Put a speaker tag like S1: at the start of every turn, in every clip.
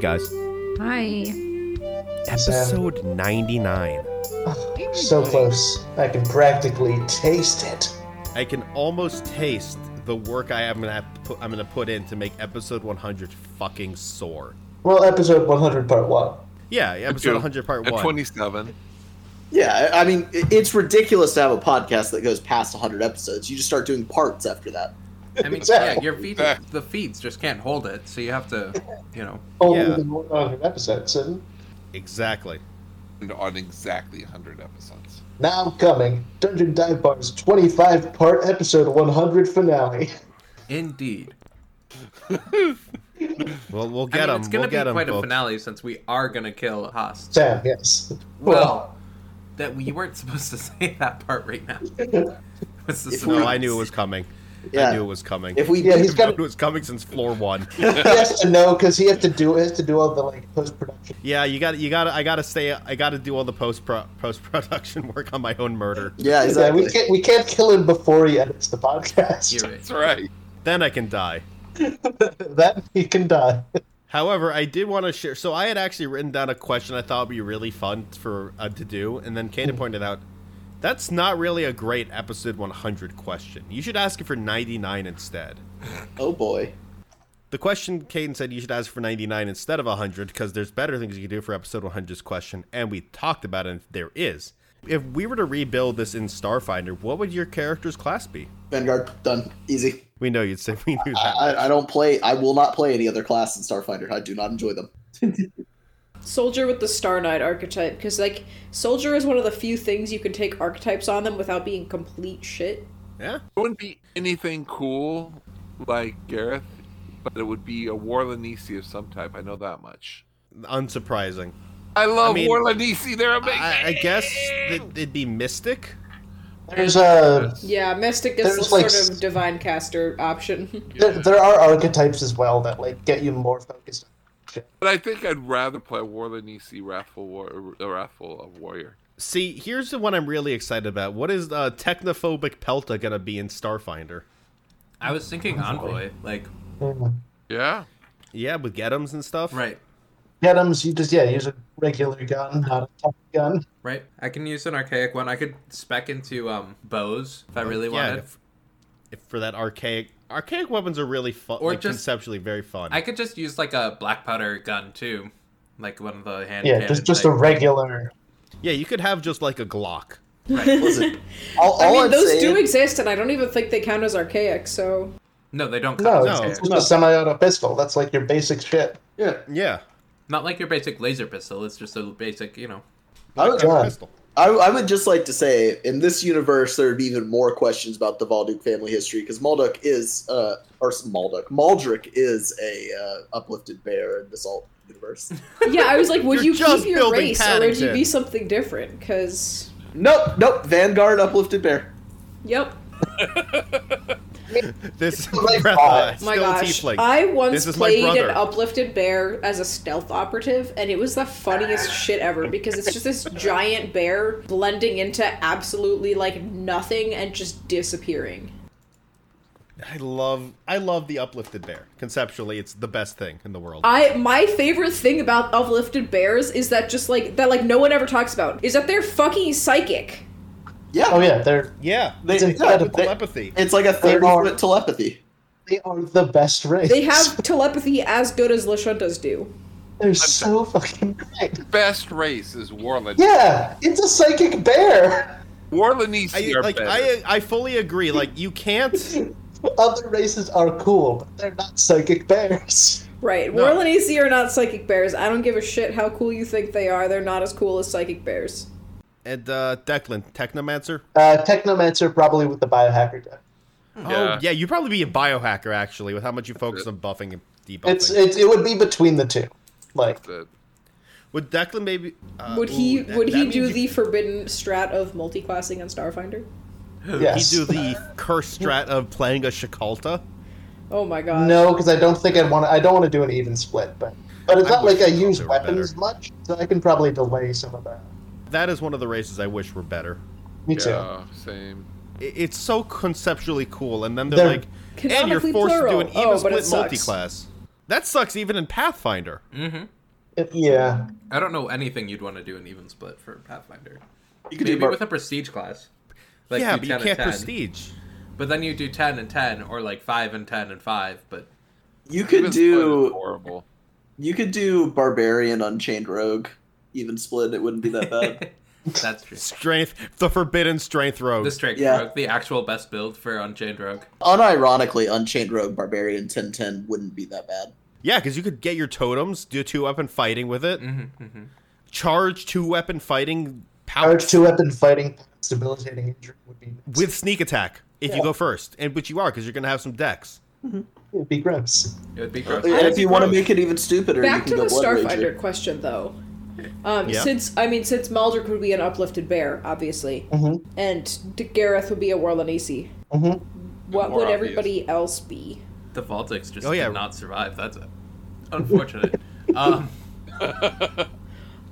S1: guys.
S2: Hi.
S1: Episode 99.
S3: So close. I can practically taste it.
S1: I can almost taste the work I am gonna have to put, I'm gonna put in to make episode 100 fucking soar.
S3: Well, episode 100, part one.
S1: Yeah, episode 100 part
S4: At
S1: 1.
S4: 27.
S5: Yeah, I I mean, i- it's ridiculous to have a podcast that goes past 100 episodes. You just start doing parts after that.
S6: I mean, yeah, your feed,
S4: Exactly.
S6: the feeds just can't hold it, so you have to, you know.
S3: Only
S1: Yeah.
S3: the 100 episodes, and
S1: Exactly.
S4: And on exactly 100 episodes.
S3: now coming Dungeon Dive Bar's 25 part episode 100 finale.
S6: Indeed.
S1: Well, we'll
S6: I
S1: get
S6: mean,
S1: them.
S6: it's going
S1: We'll
S6: to
S1: get
S6: be
S1: them.
S6: quite a
S1: folks.
S6: finale since we are going to kill Host.
S3: Sam, yes.
S6: Well, that you weren't supposed to say that part right now. What's the
S5: If we-
S1: No, I knew it was coming.
S5: Yeah.
S1: I knew it was coming.
S5: If we
S3: Yeah,
S5: did-
S3: he's
S1: I knew
S3: got
S1: it was coming since floor 1.
S3: he has to know because he has to do has to do all the like post production.
S1: Yeah, you got to you got to I got to stay I got to do all the post post production work on my own murder.
S5: yeah,
S3: Yeah,
S5: exactly.
S3: we can't we can't kill him before he edits the podcast.
S6: You're right.
S4: That's right.
S1: Then I can die.
S3: then he can die.
S1: However, I did want to share. So I had actually written down a question I thought would be really fun for uh, to do, and then Kaden pointed out that's not really a great episode 100 question. You should ask it for 99 instead.
S5: Oh boy.
S1: The question Caden said you should ask for 99 instead of 100 because there's better things you can do for episode 100's question, and we talked about it. If there is, if we were to rebuild this in Starfinder, what would your character's class be?
S5: Vanguard, done. Easy.
S1: We know you'd say we knew that.
S5: I, I- I don't play, I will not play any other class in Starfinder. I do not enjoy them.
S7: Soldier with the Star Knight archetype, because like soldier is one of the few things you can take archetypes on them without being complete shit.
S1: yeah,
S4: It wouldn't be anything cool like Gareth, but it would be a Warlanisi of some type. I know that much.
S1: unsurprising.
S4: I love
S1: mean,
S4: Warlanisi. They're amazing.
S1: I, I guess that it'd be mystic.
S3: There's uh, a
S7: Yeah, mystic
S3: There's,
S7: is the
S3: like,
S7: sort
S3: s-
S7: of divine caster option.
S3: there, there are archetypes as well that like get you more focused.
S4: But I think I'd rather play Warlanisi Wrathful, War- uh, Wrathful of Warrior.
S1: See, here's the one I'm really excited about. What is uh, technophobic Pelta gonna be in Starfinder?
S6: I was thinking Envoy, like,
S3: Mm.
S4: Yeah.
S1: Yeah, with Getums and stuff.
S6: right,
S3: Get 'em, so you just yeah use a regular gun, not a tough gun.
S6: right. I can use an archaic one. I could spec into um bows if I really
S1: Yeah.
S6: wanted.
S1: If, if for that archaic, archaic weapons are really fun.
S6: Or
S1: like,
S6: just-
S1: conceptually very fun.
S6: I could just use like a black powder gun too, like one of the hand.
S3: Yeah, just
S6: cannons,
S3: just a
S6: like-
S3: regular.
S1: Yeah, you could have just like a Glock.
S5: Listen, all, all
S7: I mean,
S5: am
S7: those
S5: saying,
S7: do exist, and I don't even think they count as archaic. So
S6: No, they don't.
S3: No,
S6: Count
S3: it's,
S1: No.
S3: it's just a semi-auto pistol. That's like your basic shit.
S5: yeah,
S1: Yeah.
S6: Not like your basic laser pistol. It's just a basic, you know.
S5: I would,
S3: God.
S1: Pistol.
S5: I, I would just like to say, in this universe, there would be even more questions about the Valduk family history because Malduk is, uh, or s- Malduk, Maldrick is a uh, uplifted bear in this alt universe.
S7: yeah, I was like, would
S1: You're
S7: you
S1: just
S7: keep your
S1: building
S7: race, or would you
S1: Paddington.
S7: be something different? Because
S5: nope, nope, Vanguard uplifted bear.
S7: yep,
S1: This
S3: like,
S1: Breath
S3: oh,
S1: of- still
S7: my
S1: a
S7: gosh,
S1: tiefling.
S7: I once
S1: This is my
S7: played an
S1: brother.
S7: uplifted bear as a stealth operative, and it was the funniest shit ever because it's just this giant bear blending into absolutely like nothing and just disappearing.
S1: I love I love the uplifted bear. Conceptually, it's the best thing in the world.
S7: I my favorite thing about uplifted bears is that just like that like no one ever talks about is that they're fucking psychic.
S5: Yeah,
S3: Oh yeah, they're
S1: yeah.
S5: They-
S1: It's
S3: yeah,
S1: with
S3: they-
S1: telepathy.
S5: it's like a
S3: There
S5: thirty
S3: are-
S5: foot telepathy.
S3: they are the best race.
S7: They have telepathy as good as Lashuntas do.
S3: They're so fucking great.
S4: Best race is Warlanisi.
S3: Yeah, it's a psychic bear.
S1: I,
S4: Warlanisi are
S1: like
S4: better.
S1: I I fully agree. Like you can't
S3: Other races are cool, but they're not psychic bears.
S7: Right.
S1: No.
S7: Warland AC are not psychic bears. I don't give a shit how cool you think they are. They're not as cool as psychic bears.
S1: and uh Declan, Technomancer?
S3: Uh, Technomancer probably with the biohacker gun.
S1: Oh yeah, you'd probably be a biohacker actually, with how much you focus on buffing and debuffing.
S3: It's it, it would be between the two. Like
S4: The-
S1: would Declan maybe? Uh,
S7: Would he
S1: ooh, that-
S7: would
S1: that
S7: he
S1: means
S7: do
S1: you-
S7: the forbidden strat of multiclassing on Starfinder?
S3: yes.
S1: He'd do the curse strat of playing a Shakalta.
S7: Oh my god.
S3: No, because I don't think I'd want. I don't want to do an even split, but but it's
S1: I
S3: not
S1: wish
S3: like I
S1: they
S3: use
S1: were
S3: weapons
S1: better.
S3: much, so I can probably delay some of that.
S1: That is one of the races I wish were better.
S3: Me too.
S4: yeah, same.
S1: I- It's so conceptually cool, and then they're,
S3: They're-
S1: like, and you're
S7: Canonically
S1: forced to do
S7: plural.
S1: an even
S7: Oh,
S1: split
S7: but it sucks.
S1: multi-class. That sucks even in Pathfinder.
S6: Mm-hmm.
S3: Yeah.
S6: I don't know anything you'd want to do in even split for Pathfinder.
S5: You could
S6: Maybe
S5: do bar-
S6: with a prestige class. Like
S1: yeah,
S6: do
S1: but you
S6: 10 and
S1: can't
S6: 10.
S1: prestige.
S6: But then you do ten and ten, or like five and ten and five. But
S5: you could
S4: Even Split is
S5: do
S4: horrible.
S5: you could do barbarian unchained rogue even split. It wouldn't be that
S1: Uh,
S5: bad.
S6: that's true.
S1: Strength, the forbidden strength rogue.
S6: The strength
S5: Yeah.
S6: rogue, the actual best build for Unchained Rogue.
S5: Unironically, unchained rogue barbarian 1010 wouldn't be that bad.
S1: yeah, because you could get your totems, do two weapon fighting with it,
S6: hmm hmm
S1: charge two weapon fighting,
S3: Charge
S1: pouch
S3: two weapon fighting, debilitating injury would be
S1: with sneak attack if you
S3: Yeah.
S1: go first, and which you are because you're gonna have some decks.
S3: It'd be gross.
S6: It would be
S1: Oh,
S6: gross.
S5: And if you want to
S1: gross.
S5: make it even stupider, you
S7: Back
S5: can
S7: to
S5: go
S7: the
S5: blood rager.
S7: Starfinder question, though. Um,
S1: Yeah.
S7: Since I mean, since Maldrick would be an uplifted bear, obviously,
S5: Mm-hmm.
S3: Mhm.
S7: and D- Gareth would be a Warlanisi,
S3: Mhm.
S5: Mm-hmm.
S7: what
S4: More
S7: would
S4: obvious.
S7: everybody else be?
S6: The Baltics just
S1: Oh, yeah.
S6: did not survive. That's uh, unfortunate. um,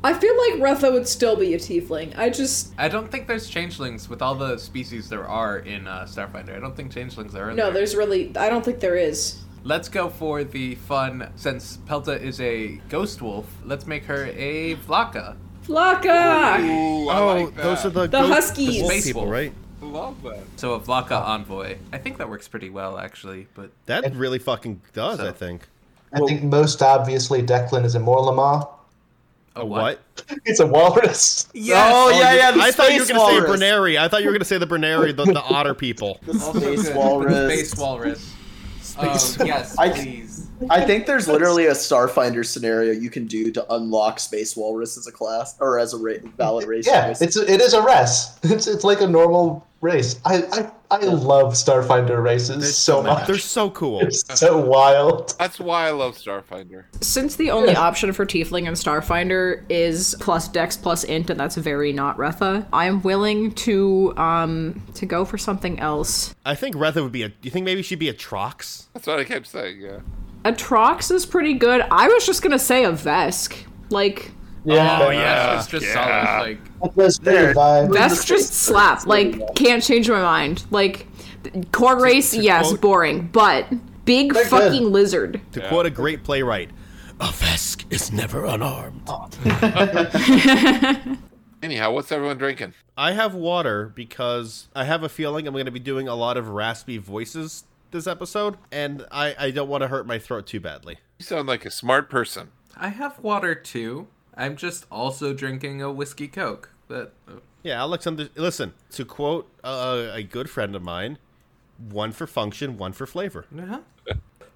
S7: I feel like Retha would still be a tiefling. I just
S6: I don't think there's changelings with all the species there are in uh, Starfinder. I don't think changelings are in
S7: no.
S6: there.
S7: There's really I don't think there is.
S6: Let's go for the fun. Since Pelta is a ghost wolf, let's make her a Vlaka.
S7: Flocka.
S4: Ooh, I like that.
S1: Oh, those are the
S7: The
S1: ghost-
S7: huskies.
S1: wolf
S6: Space
S1: people,
S6: wolf.
S1: right?
S4: I love that.
S6: So a Vlaka envoy. I think that works pretty well, actually. But
S1: That really fucking does. I think.
S3: I think most obviously Declan is a Morlama.
S1: A what?
S3: It's a walrus.
S5: Oh, yeah, yeah. The
S1: I thought you were
S5: space
S1: gonna
S5: walrus.
S1: say Bruneri. I thought you were gonna say the Bruneri, the, the otter people.
S5: The space
S6: good.
S5: walrus.
S6: Space walrus.
S5: Space-
S6: um, yes,
S5: I-
S6: please.
S5: I think there's literally a Starfinder scenario you can do to unlock Space Walrus as a class or as a ra- valid race.
S3: Yeah,
S5: choice.
S3: it's it is a race. It's it's like a normal race. I I, I love Starfinder races so much.
S1: They're so cool.
S3: They're so wild.
S4: That's why I love Starfinder.
S7: Since the only option for Tiefling and Starfinder is plus Dex plus Int, and that's very not Retha, I'm willing to um to go for something else.
S1: I think Retha would be a. Do you think maybe she'd be a Trox?
S4: That's what I kept saying. Yeah.
S7: Atrox is pretty good. I was just gonna say a Vesk. Like
S3: Yeah,
S6: Oh
S3: but-
S6: yeah, it's just solid. Like
S3: but those
S5: There.
S3: vibe.
S7: Vesk just slap. Like can't change my mind. Like core race, yes,
S1: quote-
S7: boring, but big
S3: They're good.
S7: fucking lizard.
S1: To quote a great playwright, a Vesk is never unarmed.
S4: Anyhow, what's everyone drinking?
S1: I have water because I have a feeling I'm going to be doing a lot of raspy voices this episode, and I, I don't want to hurt my throat too badly.
S4: You sound like a smart person.
S6: I have water too. I'm just also drinking a whiskey coke. uh, That
S1: Yeah, Alex, under- listen, to quote uh, a good friend of mine, one for function, one for flavor.
S6: uh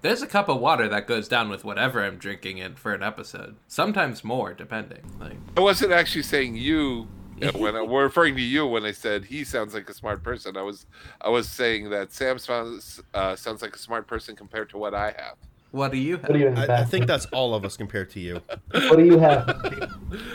S6: There's a cup of water that goes down with whatever I'm drinking in for an episode. Sometimes more, depending. Like
S4: I wasn't actually saying you uh, when I were referring to you when I said he sounds like a smart person. I was I was saying that Sam sounds uh, sounds like a smart person compared to what I have.
S6: what do you have?
S3: What do you have?
S1: I, I think that's all of us compared to you.
S3: What do you have?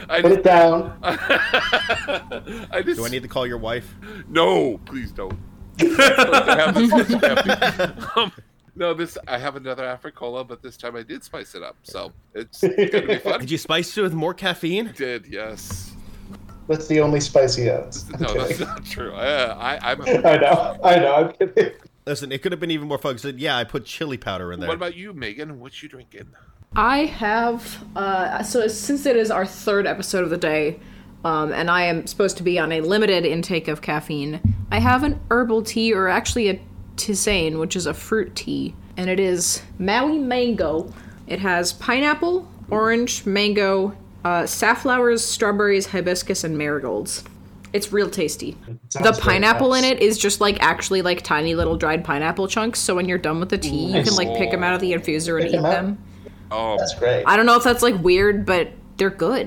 S4: I
S3: Put it
S4: just,
S3: down.
S4: I just
S1: Do I need to call your wife?
S4: no, please don't. That's what happens when you have me. Um, no, this I have another Africola, but this time I did spice it up, so it's gonna be fun.
S1: Did you spice it with more caffeine?
S4: did yes.
S3: That's the only spicy oats. I'm
S4: No, that's
S3: kidding.
S4: not true. Uh, I, I'm. A,
S3: I know. I know. I'm kidding.
S1: Listen, it could have been even more fun. 'cause it- Yeah, I put chili powder in there.
S4: what about you, Megan? What you drinking?
S7: I have uh, so since it is our third episode of the day, um, and I am supposed to be on a limited intake of caffeine. I have an herbal tea, or actually a tisane, which is a fruit tea, and it is Maui mango. It has pineapple, orange, mango, uh, safflowers, strawberries, hibiscus, and marigolds. It's real tasty. The
S3: Sounds very
S7: pineapple
S3: nice.
S7: in it is just like actually like tiny little dried pineapple chunks. So when you're done with the tea, you can like pick them out of the infuser and
S3: Pick
S7: eat
S3: 'em out.
S7: them.
S4: Oh,
S3: That's great.
S7: I don't know if that's like weird, but they're good.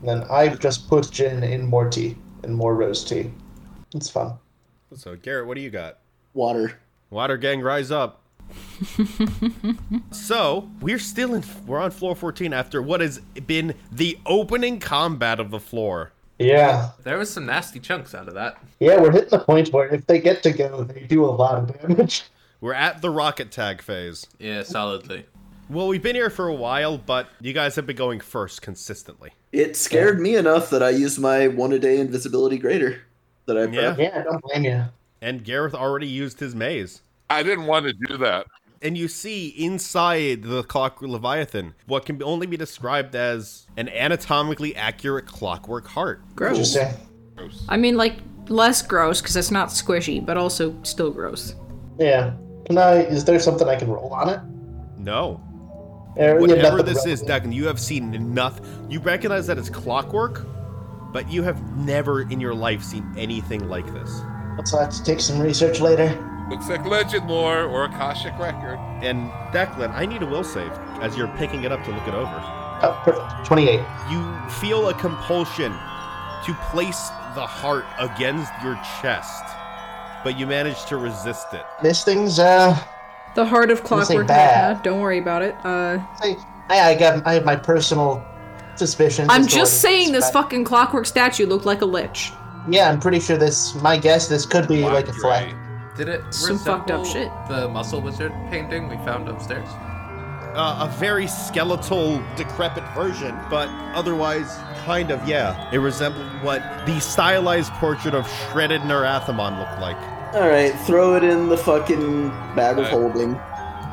S3: And then I've just put gin in more tea and more rose tea. It's fun.
S1: So, Garrett, what do you got?
S5: water.
S1: Water gang, rise up. so we're still in. We're on floor 14 after what has been the opening combat of the floor.
S3: Yeah.
S6: There was some nasty chunks out of that.
S3: Yeah, we're hitting the point where if they get to go, they do a lot of damage.
S1: We're at the rocket tag phase.
S6: Yeah, solidly.
S1: Well, we've been here for a while, but you guys have been going first consistently.
S5: It scared me enough that I used my one a day invisibility grader that I
S1: Yeah.
S5: prepped.
S3: Yeah, I don't blame you.
S1: And Gareth already used his maze.
S4: I didn't want to do that.
S1: and you see inside the clock leviathan what can only be described as an anatomically accurate clockwork heart.
S7: Gross.
S3: Interesting.
S7: I mean, like less gross because it's not squishy, but also still gross.
S3: Yeah. Can I? Is there something I can roll on it?
S1: No,
S3: There- yeah,
S1: whatever
S3: nothing
S1: this
S3: wrong
S1: is,
S3: with it.
S1: Declan, you have seen enough. You recognize that it's clockwork, but you have never in your life seen anything like this.
S3: Let's have to take some research later.
S4: Looks like legend lore or Akashic record.
S1: And Declan, I need a will save as you're picking it up to look it over.
S3: Oh, perfect. Twenty-eight.
S1: You feel a compulsion to place the heart against your chest, but you manage to resist it.
S3: This thing's uh.
S7: The heart of
S3: This ain't
S7: clockwork.
S3: bad.
S7: Nightmare, Don't worry about it. Uh,
S3: I, I got. I have my personal suspicions.
S7: I'm
S3: as to
S7: just
S3: what it is,
S7: saying this
S3: but-
S7: fucking clockwork statue looked like a lich.
S3: Yeah, I'm pretty sure this. My guess, this could be like a flag.
S6: Did it
S7: Some fucked up
S6: resemble
S7: shit.
S6: The muscle wizard painting we found upstairs.
S1: Uh, a very skeletal, decrepit version, but otherwise, kind of, yeah. It resembled what the stylized portrait of shredded Nerathamon looked like.
S5: All right, throw it in the fucking bag of
S4: Uh,
S5: holding.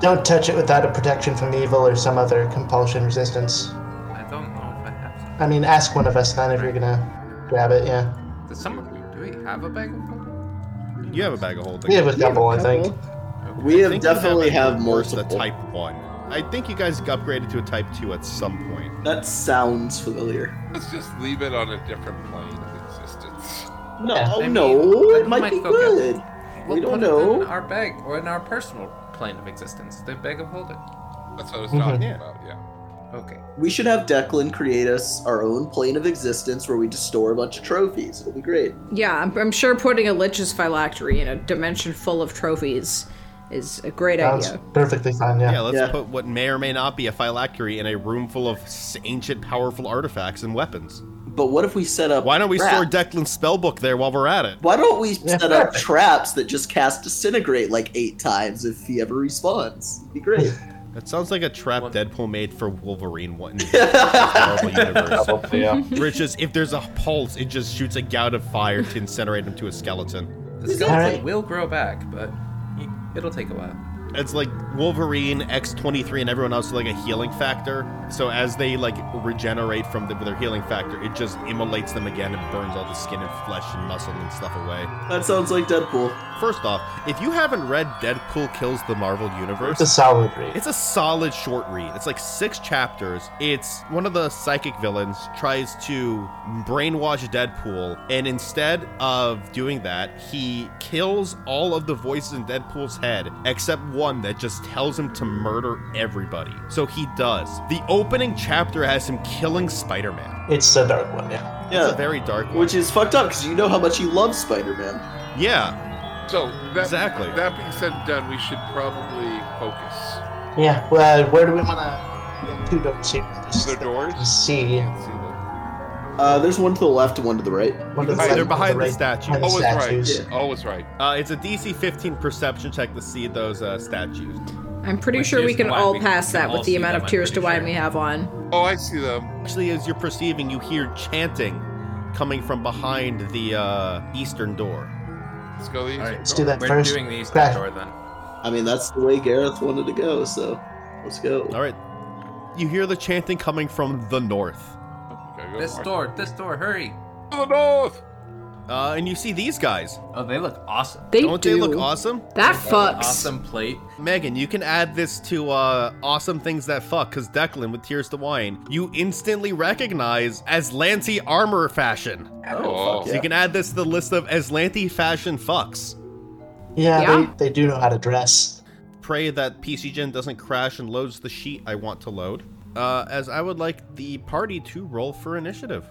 S3: Don't touch it without a protection from evil or some other compulsion resistance.
S6: I don't know if I have.
S3: I mean, ask one of us then if you're gonna grab it. Yeah,
S6: Some. Does someone? Do we have a bag of holding?
S1: You have a bag of holding.
S3: we have a double, I think.
S7: Couple.
S5: We
S1: I
S5: have
S1: think
S5: definitely
S1: you
S5: have,
S1: a reverse,
S5: multiple.
S1: The type one. I think you guys upgraded to a type two at some point.
S5: That sounds familiar.
S4: Let's just leave it on a different plane of existence.
S5: Oh, No,
S3: Yeah.
S6: I mean,
S5: no,
S6: I
S5: it might
S6: might
S5: be
S6: go get-
S5: good.
S6: We'll
S5: don't
S6: put
S5: know.
S6: It in our bag or in our personal plane of existence. The bag of holding.
S4: That's what
S3: Mm-hmm.
S4: I was talking
S1: Mhm.
S4: about. Yeah.
S6: Okay.
S5: We should have Declan create us our own plane of existence where we just store a bunch of trophies. It'll be great.
S7: Yeah, I'm, I'm sure putting a lich's phylactery in a dimension full of trophies is a great
S3: Sounds
S7: idea.
S3: perfectly fine. Yeah.
S1: Yeah, let's
S5: Yeah.
S1: put what may or may not be a phylactery in a room full of s- ancient, powerful artifacts and weapons.
S5: But what if we set up?
S1: Why don't we
S5: traps?
S1: store Declan's spellbook there while we're at it?
S5: Why don't we
S3: Yeah,
S5: set up
S3: perfect.
S5: traps that just cast disintegrate like eight times if he ever respawns? It'd be great.
S1: That sounds like a trap
S6: What?
S1: Deadpool made for Wolverine. What in the horrible universe?
S3: yeah.
S1: Where it's just if there's a pulse, it just shoots a gout of fire to incinerate him to a skeleton.
S6: The skeleton
S3: Alright.
S6: will grow back, but it'll take a while.
S1: It's like Wolverine, X23, and everyone else like a healing factor. So as they like regenerate from the, their healing factor, it just immolates them again and burns all the skin and flesh and muscle and stuff away.
S5: That sounds like Deadpool.
S1: First off, if you haven't read Deadpool Kills the Marvel Universe,
S3: It's a solid read.
S1: it's a solid short read. It's like six chapters. It's one of the psychic villains tries to brainwash Deadpool, and instead of doing that, he kills all of the voices in Deadpool's head except one that just tells him to murder everybody. So he does. The opening chapter has him killing Spider Man.
S3: It's a dark one. Yeah.
S1: It's a
S5: Yeah,
S1: very dark one.
S5: which is fucked up because you know how much he loves Spider-Man.
S1: yeah.
S4: So that,
S1: Exactly.
S4: That being said and done, we should probably focus.
S3: Yeah. Well, where do we want to? Two doors here. Just
S4: The doors.
S3: See.
S4: Can't see them.
S5: Uh, there's one to the left and one to the right.
S3: One to the left,
S4: Hey,
S3: one to
S4: they're
S1: behind the
S3: right,
S1: statue. Oh,
S3: and the
S4: Always right.
S3: statues.
S4: Always right.
S1: Uh, it's a DC 15 perception check to see those uh, statues.
S7: I'm pretty
S6: Which
S7: sure we
S6: is
S7: can
S6: why
S7: all
S6: we
S7: pass
S6: can
S7: that
S6: all
S7: with the
S6: see
S7: amount
S6: them,
S7: of
S6: I'm
S7: tears to
S6: pretty
S7: wine
S6: sure.
S7: we have on.
S4: Oh, I see them.
S1: Actually, as you're perceiving, you hear chanting coming from behind the uh, eastern door.
S4: Let's go these.
S6: All right.
S3: Let's do that
S6: We're
S3: first.
S6: doing these
S3: Crash.
S6: door then.
S5: I mean, that's the way Gareth wanted to go. So let's go.
S1: All right. You hear the chanting coming from the north.
S4: Okay, go
S6: This
S4: for it.
S6: door, this door, hurry!
S4: To the north.
S1: Uh, and you see these guys.
S6: Oh, they look awesome.
S7: They
S1: Don't
S7: do.
S1: they look awesome?
S7: That
S6: They have an
S7: fucks.
S6: Awesome plate.
S1: Megan, you can add this to uh, awesome things that fuck, because Declan with Tears to Wine, you instantly recognize Aslanti armor fashion.
S5: Oh,
S4: Oh.
S5: fuck
S1: So
S5: yeah.
S1: you can add this to the list of Aslanti fashion fucks.
S3: Yeah.
S7: Yeah.
S3: They, they do know how to dress.
S1: pray that PC Gen doesn't crash and loads the sheet I want to load. Uh, as I would like the party to roll for initiative.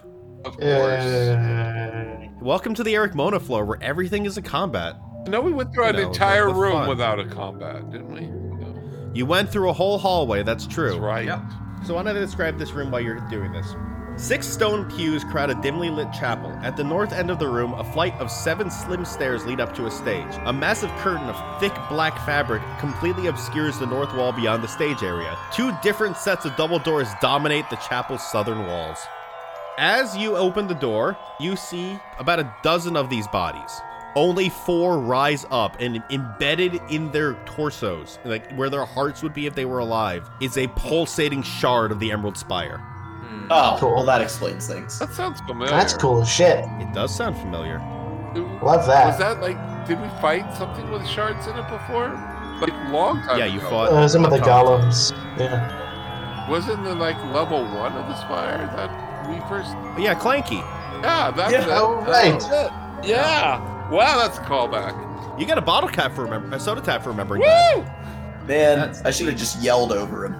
S4: Of course.
S3: Uh,
S1: Welcome to the Eric Mona floor, where everything is a combat.
S4: no, we went through
S1: you
S4: an
S1: know, the-
S4: entire
S1: the
S4: room
S1: fun.
S4: without a combat, didn't we? No.
S1: You went through a whole hallway, that's true.
S4: That's right.
S6: Yep.
S1: So why don't I describe this room while you're doing this? Six stone pews crowd a dimly lit chapel. At the north end of the room, a flight of seven slim stairs lead up to a stage. A massive curtain of thick black fabric completely obscures the north wall beyond the stage area. Two different sets of double doors dominate the chapel's southern walls. As you open the door, you see about a dozen of these bodies. Only four rise up, and embedded in their torsos, like where their hearts would be if they were alive, is a pulsating shard of the Emerald Spire.
S6: Hmm,
S5: Oh,
S3: Cool.
S5: well, that explains things.
S4: That sounds familiar.
S3: That's cool as shit.
S1: It does sound familiar.
S3: Love that.
S4: Was that like? Did we fight something with shards in it before? Like long time.
S1: Yeah, you
S4: ago.
S1: fought-
S3: Uh, some of the
S1: Okay.
S3: golems. Yeah.
S4: Wasn't it like level one of the spire that we first?
S1: But yeah, Clanky,
S4: Yeah, that's
S5: Yeah,
S4: it.
S3: oh,
S4: That's it. Yeah. Wow, that's a callback.
S1: you got a bottle cap for remember, a soda tap for remembering. that.
S4: Woo!
S5: Man,
S6: That's-
S5: I should have just yelled over him.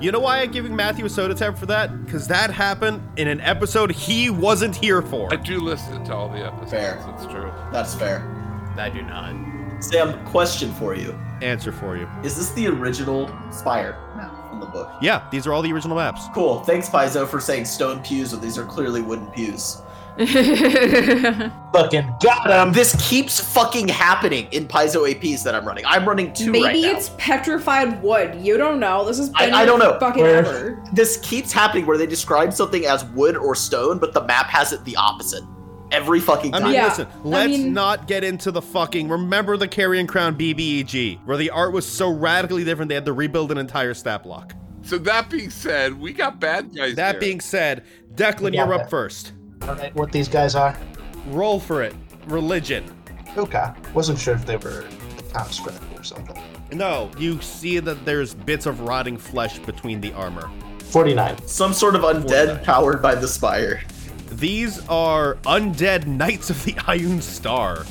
S1: You know why I'm giving Matthew a soda tap for that? Because that happened in an episode he wasn't here for.
S4: I do listen to all the episodes.
S5: Fair.
S4: It's true.
S5: That's fair.
S6: I do not.
S5: Sam, question for you:
S1: Answer for you.
S5: Is this the original Spire map from the book?
S1: Yeah, these are all the original maps.
S5: Cool. Thanks, Paizo, for saying stone pews when these are clearly wooden pews.
S3: Fucking got him.
S5: This keeps fucking happening in Paizo APs that I'm running. I'm running two
S7: Maybe
S5: right now.
S7: it's petrified wood. You don't know. This has
S5: I-
S7: been
S5: I don't know.
S7: fucking
S3: Where-
S7: ever.
S5: this keeps happening where they describe something as wood or stone, but the map has it the opposite every fucking
S1: I
S5: time.
S1: mean,
S7: Yeah,
S1: listen,
S7: I
S1: let's
S7: mean-
S1: not get into the fucking remember the Carrion Crown BBEG, where the art was so radically different they had to rebuild an entire stat block.
S4: So that being said, we got bad guys.
S1: That
S4: here.
S1: being said, Declan,
S3: Yeah.
S1: you're up first.
S3: Alright, what these guys are.
S1: Roll for it. Religion.
S3: Okay. Wasn't sure if they were conscript or something.
S1: No, you see that there's bits of rotting flesh between the armor.
S3: 49.
S5: Some sort of undead
S1: 49.
S5: powered by the spire.
S1: These are undead knights of the Iron Star.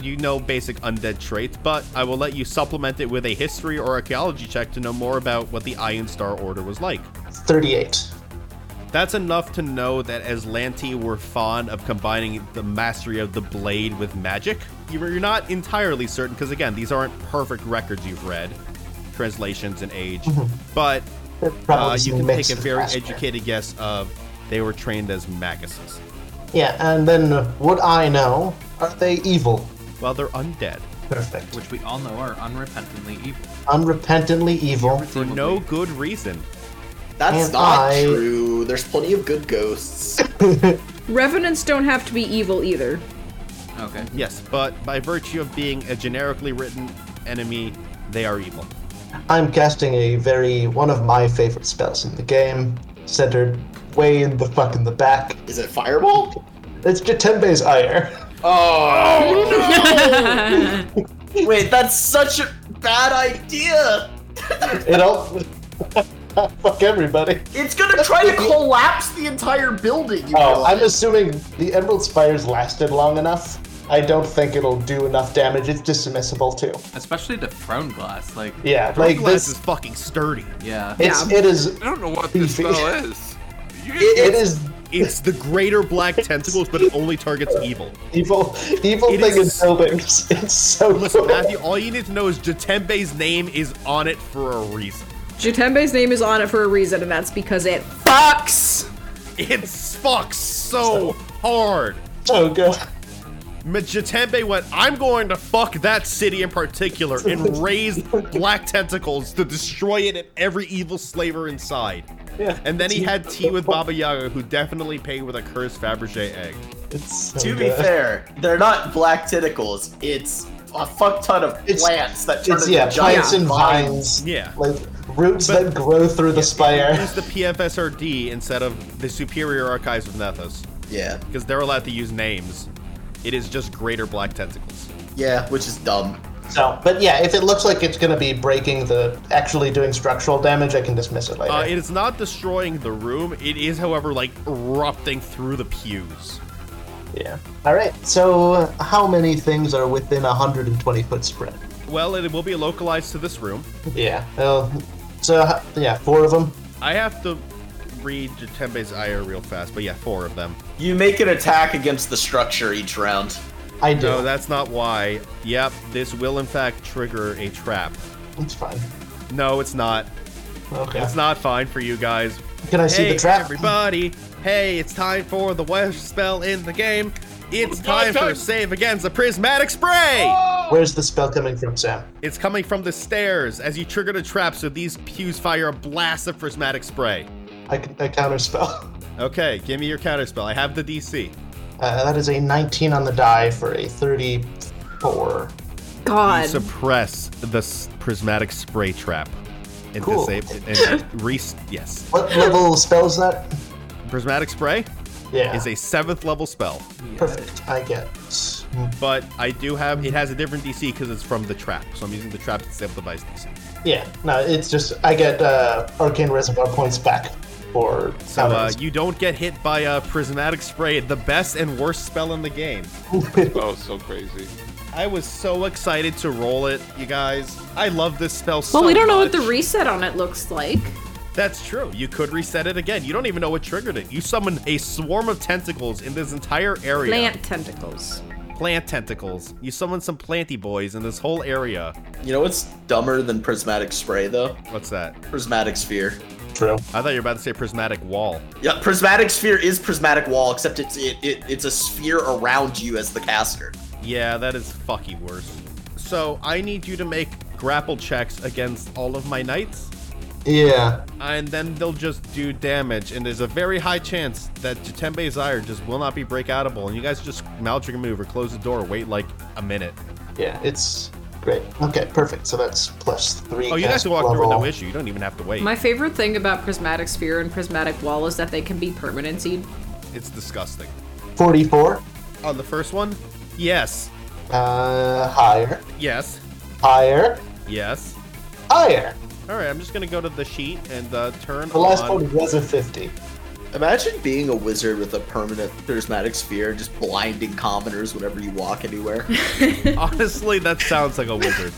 S1: You know basic undead traits, but I will let you supplement it with a history or archaeology check to know more about what the Iron Star Order was like.
S3: 38.
S1: That's enough to know that Aslanti were fond of combining the mastery of the blade with magic. You're you're not entirely certain, because again, these aren't perfect records you've read, translations and age,
S3: Mm-hmm.
S1: but
S3: They're probably
S1: uh, you
S3: some
S1: can
S3: mix
S1: take a
S3: of
S1: very
S3: Asper.
S1: educated guess of they were trained as maguses.
S3: Yeah, and then would I know? Are they evil?
S1: Well, they're undead.
S3: Perfect.
S6: Which we all know are unrepentantly evil.
S3: Unrepentantly evil.
S1: For no good reason.
S5: That's
S3: And
S5: not
S3: I-
S5: true. There's plenty of good ghosts.
S7: Revenants don't have to be evil either.
S6: Okay.
S1: Yes, but by virtue of being a generically written enemy, they are evil.
S3: I'm casting a very one of my favorite spells in the game, centered way in the fuck in the back.
S5: Is it fireball?
S3: It's Jatembe's ire.
S5: Wait, that's such a bad idea.
S3: It all fuck everybody.
S5: It's gonna try to collapse the entire building. You
S3: Oh, I'm
S5: realize.
S3: assuming the Emerald Spire's lasted long enough. I don't think it'll do enough damage. It's dismissible too.
S6: Especially the throne glass. Like,
S3: Yeah, like
S1: Glass
S3: this.
S1: is fucking sturdy.
S6: yeah.
S3: It's
S7: Yeah.
S3: it is
S4: I don't know what this
S3: Beefy.
S4: spell is. You guys
S5: It-
S3: it is
S1: It's the greater black tentacles, but it only targets evil.
S3: evil evil
S1: It
S3: thing
S1: is-
S3: in buildings. It's so
S1: Listen,
S3: cool.
S1: Matthew, all you need to know is Jatembe's name is on it for a reason.
S7: Jatembe's name is on it for a reason, and that's because it fucks.
S1: It fucks so hard.
S3: so good.
S1: Ma- Jatembe went, I'm going to fuck that city in particular and raise black tentacles to destroy it and every evil slaver inside.
S3: Yeah.
S1: And then he had tea with Baba Yaga, who definitely paid with a cursed Fabergé egg.
S3: It's so
S5: To be
S3: good.
S5: fair, they're not black tentacles. It's a fuck ton of
S3: It's-
S5: plants that turn
S3: It's
S5: into
S3: yeah,
S5: giant
S3: plants and
S5: vines.
S3: vines.
S1: Yeah.
S3: Like roots
S1: But-
S3: that grow through the spire.
S1: Use the PFSRD instead of the Superior Archives of Nethos,
S5: Yeah,
S1: because they're allowed to use names. It is just greater black tentacles.
S5: yeah, which is dumb.
S3: So, but yeah, if it looks like it's gonna be breaking the actually doing structural damage, I can dismiss it later.
S1: Uh, it is not destroying the room. It is, however, like erupting through the pews.
S3: yeah. All right. So, uh, how many things are within a hundred and twenty foot spread?
S1: Well, it will be localized to this room.
S3: Yeah. Uh, so h- yeah, four of them.
S1: I have to read Jatembe's ire real fast, but yeah, four of them.
S5: You make an attack against the structure each round.
S3: I do.
S1: No, that's not why. Yep, this will in fact trigger a trap.
S3: It's fine.
S1: No, it's not.
S3: Okay.
S1: It's not fine for you guys.
S3: Can I see
S1: hey,
S3: the trap?
S1: everybody! Hey, it's time for the worst spell in the game. It's time for save against the prismatic spray.
S3: Oh! Where's the spell coming from, Sam?
S1: It's coming from the stairs as you trigger the trap. So these pews fire a blast of prismatic spray.
S3: I can I counter spell.
S1: Okay, give me your counterspell. I have the DC.
S3: Uh, that is a 19 on the die for a 34.
S1: You
S7: God.
S1: suppress the s- prismatic spray trap. And
S3: Cool.
S1: disable and re- yes.
S3: What level spell is that?
S1: Prismatic spray
S3: Yeah.
S1: is a seventh level spell,
S3: Perfect. I get. mm,
S1: but I do have it has a different DC because it's from the trap. So I'm using the trap to disable the device DC.
S3: Yeah. No, it's just I get uh, arcane reservoir points back for.
S1: So uh, you don't get hit by a prismatic spray, the best and worst spell in the game.
S4: Oh, so crazy.
S1: I was so excited to roll it, you guys. I love this spell so
S7: well, we don't know what the
S1: much.
S7: reset on it looks like.
S1: That's true. You could reset it again. You don't even know what triggered it. You summoned a swarm of tentacles in this entire area.
S7: Plant tentacles.
S1: Plant tentacles. You summoned some planty boys in this whole area.
S5: You know what's dumber than prismatic spray though?
S1: What's that?
S5: Prismatic sphere.
S3: True.
S1: I thought you were about to say prismatic wall.
S5: Yeah, prismatic sphere is prismatic wall, except it's it, it it's a sphere around you as the caster.
S1: Yeah, that is fucking worse. So I need you to make grapple checks against all of my knights,
S3: Yeah.
S1: and then they'll just do damage. And there's a very high chance that Jatembe's ire just will not be breakoutable, and you guys just mount your move or close the door, wait like a minute.
S3: Yeah. It's great. Okay. Perfect. So that's plus three.
S1: Oh, you guys
S3: cast
S1: can walk through with
S3: level.
S1: no issue. You don't even have to wait.
S7: My favorite thing about prismatic sphere and prismatic wall is that they can be permanency.
S1: It's disgusting.
S3: 44.
S1: On the first one, yes,
S3: Uh, higher.
S1: yes,
S3: Higher.
S1: yes.
S3: Higher.
S1: All right, I'm just gonna go to the sheet and uh, turn
S3: The last
S1: on.
S3: one was a 50.
S5: Imagine being a wizard with a permanent prismatic sphere, just blinding commoners whenever you walk anywhere.
S1: Honestly, that sounds like a wizard.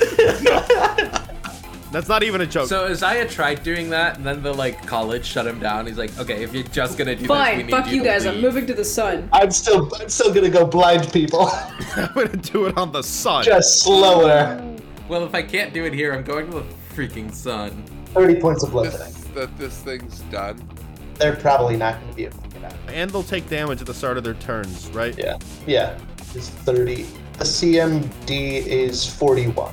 S1: That's not even a joke.
S6: So Isaiah tried doing that, and then the like college shut him down. He's like, "Okay, if you're just gonna do this, we
S7: Fine,
S6: need
S7: fuck
S6: you,
S7: you
S6: to
S7: guys. I'm
S6: leave."
S7: moving to the sun.
S3: I'm still, I'm still gonna go blind, people.
S1: I'm gonna do it on the sun.
S3: Just slower.
S6: Well, if I can't do it here, I'm going to the freaking sun.
S3: 30 points of blood
S4: This,
S3: damage.
S4: that this thing's done.
S3: They're probably not gonna be able to get out.
S1: and they'll take damage at the start of their turns, right?
S3: Yeah. Yeah. It's 30. The CMD is 41.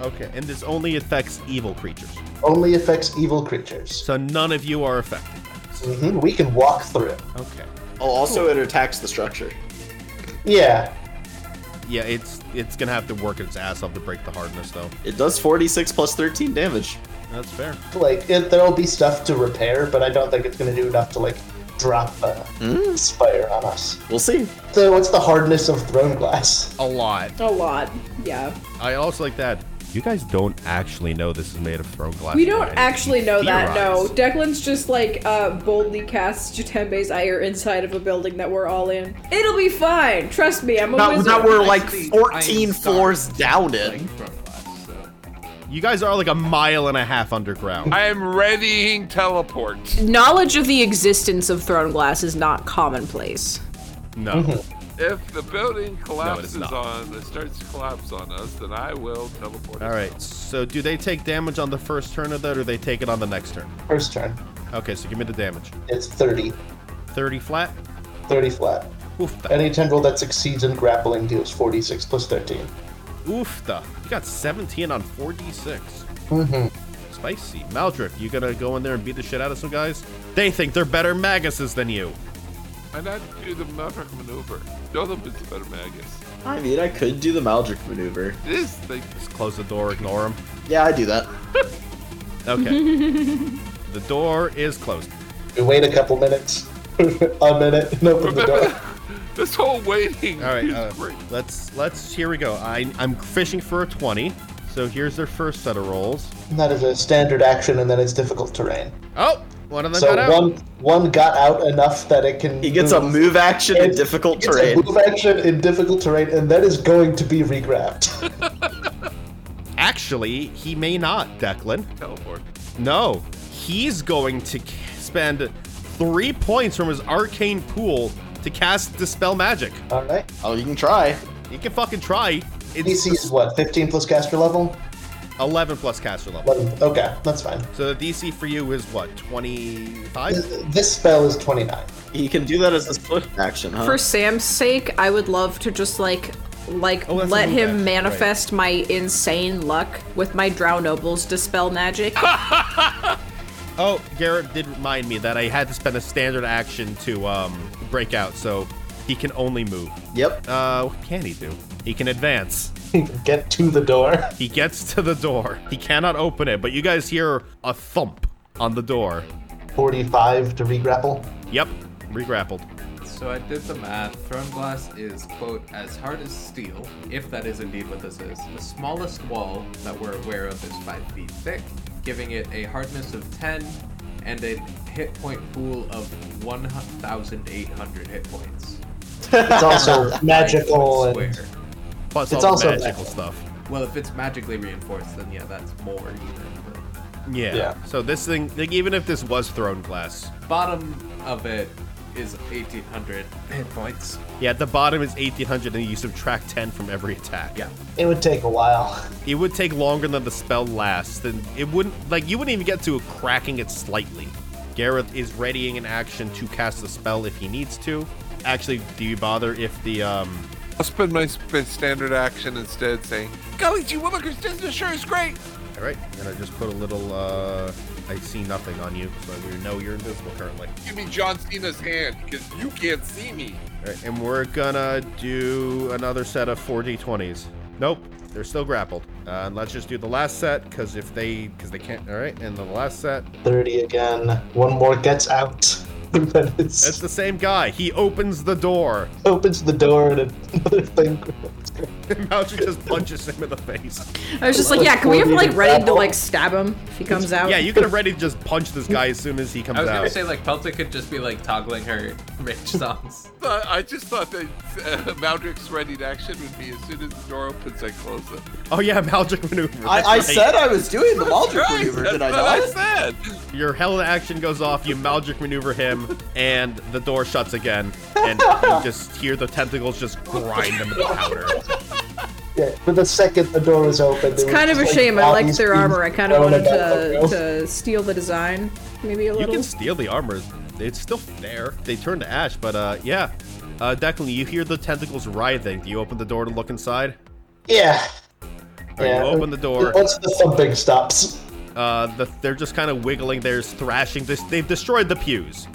S1: Okay. And this only affects evil creatures,
S3: Only affects evil creatures.
S1: so none of you are affected.
S3: hmm We can walk through.
S1: Okay.
S5: oh, also it attacks the structure.
S3: Yeah.
S1: Yeah, it's it's gonna have to work its ass off to break the hardness, though.
S5: It does 46 plus 13 damage.
S1: That's fair.
S3: Like it, there'll be stuff to repair, but I don't think it's gonna do enough to like drop a
S5: Hmm.
S3: spire on us.
S5: We'll see.
S3: So what's the hardness of throne glass?
S1: A lot.
S7: A lot. Yeah.
S1: I also like that. You guys don't actually know this is made of thrown glass.
S7: We don't
S1: right?
S7: actually know that, no.
S1: Theorize.
S7: Declan's just like uh, boldly casts Jatembe's ire inside of a building that we're all in. It'll be fine. Trust me, I'm a
S5: Now
S7: wizard.
S5: that we're like
S6: Actually,
S5: 14
S6: I'm sorry.
S5: floors down
S6: Like,
S5: in.
S6: from us, so.
S1: You guys are like a mile and a half underground.
S4: I am readying teleport.
S7: Knowledge of the existence of Throne Glass is not commonplace.
S1: Uh-huh. No.
S4: If the building collapses
S1: not.
S4: on, it starts to collapse on us, then I will teleport.
S1: All right. So do they take damage on the first turn of that, or they take it on the next turn?
S3: First turn.
S1: Okay. So give me the damage.
S3: It's 30.
S1: Thirty flat.
S3: 30 flat.
S1: Oof. da.
S3: Any tendril that succeeds in grappling deals 46 plus 13.
S1: Oof. da. You got seventeen on four d six. Mm-hmm. Spicy. Maldrip, you gonna go in there and beat the shit out of some guys? They think they're better maguses than you.
S4: Why not do the Maverick maneuver? Show them it's a better Magus.
S5: I mean, I could do the Maldric maneuver.
S4: This thing.
S1: Just close the door. Ignore them.
S5: Yeah, I do that.
S1: Okay. the door is closed.
S3: We wait a couple minutes, a minute, and open the
S4: Remember,
S3: door.
S4: that- this whole waiting.
S1: All right,
S4: is
S1: uh,
S4: great.
S1: let's let's here we go. I I'm fishing for a twenty. So here's their first set of rolls.
S3: That is a standard action, and then it's difficult terrain.
S1: Oh, one of them
S3: So
S1: got out.
S3: one one got out enough that it can.
S5: He gets a move action in difficult
S3: Mm. gets
S5: terrain.
S3: A move action in difficult terrain, and that is going to be regrabbed.
S1: Actually, he may not, Declan.
S4: Teleport.
S1: No, he's going to c- spend three points from his arcane pool to cast dispel magic.
S3: All right.
S5: Oh, you can try.
S1: You can fucking try. It's
S3: DC is what? 15 plus caster level.
S1: eleven plus caster level.
S3: 11. Okay, that's fine.
S1: So the DC for you is what twenty five.
S3: This spell is 29.
S5: He can do that as a split action, huh?
S7: For Sam's sake, I would love to just like like
S1: Oh, that's a
S7: let
S1: move
S7: him
S1: action,
S7: manifest my insane luck with my Drow Nobles dispel magic.
S1: Oh, Garrett did remind me that I had to spend a standard action to um, break out. So He can only move.
S5: Yep.
S1: Uh, what can he do? He can advance.
S3: Get to the door.
S1: He gets to the door. He cannot open it, but you guys hear a thump on the door.
S3: 45 to regrapple.
S1: Yep, regrappled.
S6: So I did the math. Throne glass is quote as hard as steel, if that is indeed what this is. The smallest wall that we're aware of is five feet thick, giving it a hardness of ten and a hit point pool of one thousand eight hundred hit points.
S3: It's also magical
S6: Nine
S3: and
S6: points square.
S1: Plus
S3: It's
S1: all the
S3: also
S1: magical
S3: magical.
S1: stuff.
S6: Well, if it's magically reinforced, then yeah, that's more even.
S1: Yeah.
S3: Yeah.
S1: So this thing, like, even if this was thrown glass,
S6: But bottom of it is eighteen hundred hit points.
S1: yeah, at the bottom is 1800 and you subtract 10 from every attack.
S6: Yeah.
S3: it would take a while.
S1: It would take longer than the spell lasts, and it wouldn't, like, you wouldn't even get to cracking it slightly. Gareth is readying an action to cast the spell if he needs to. Actually, do you bother if the, um,
S4: I'll spend my sp- standard action instead saying, Golly gee, Willikers, this sure is great.
S1: All right, and I just put a little. uh I see nothing on you, so we know you're invisible currently.
S4: Give me John Cena's hand because you can't see me.
S1: All right, and we're gonna do another set of four d20s. Nope, they're still grappled. Uh, and let's just do the last set because if they because they can't. All right, and the last set.
S3: 30 again. One more gets out. then
S1: That's
S3: it
S1: the same guy. He opens the door.
S3: opens the door and another thing.
S1: Mountry just punches him in the face.
S7: I was just like, yeah, can we have like ready to like stab him if he comes out?
S1: Yeah, you could have ready to just punch this guy as soon as he comes
S6: I was gonna
S1: out.
S6: say like Pelta could just be like toggling her rage songs.
S4: Uh, I just thought that uh, Maldrick's ready to action would be as soon as the door opens, I close it.
S1: oh yeah, Maldrick maneuver.
S5: I,
S1: That's
S5: I
S1: right.
S5: said I was doing the Maldrick
S4: Christ,
S5: maneuver,
S4: that's
S5: did I
S4: what I
S5: not?
S4: said.
S1: Your hell action goes off, you magic maneuver him, and the door shuts again, and you just hear the tentacles just grind them into powder.
S3: Yeah, but the second the door was open,
S7: It's kind of a shame. I liked their armor. I kind of wanted to, to steal the design, maybe a
S1: You
S7: little.
S1: can steal the armor. It's still there. They turn to ash, but uh, yeah. Uh, Declan, you hear the tentacles writhing. Do you open the door to look inside?
S3: Yeah.
S1: Or you open the door.
S3: Once the thumping stops.
S1: Uh, the, they're just kind of wiggling. There's thrashing. This they've destroyed the pews.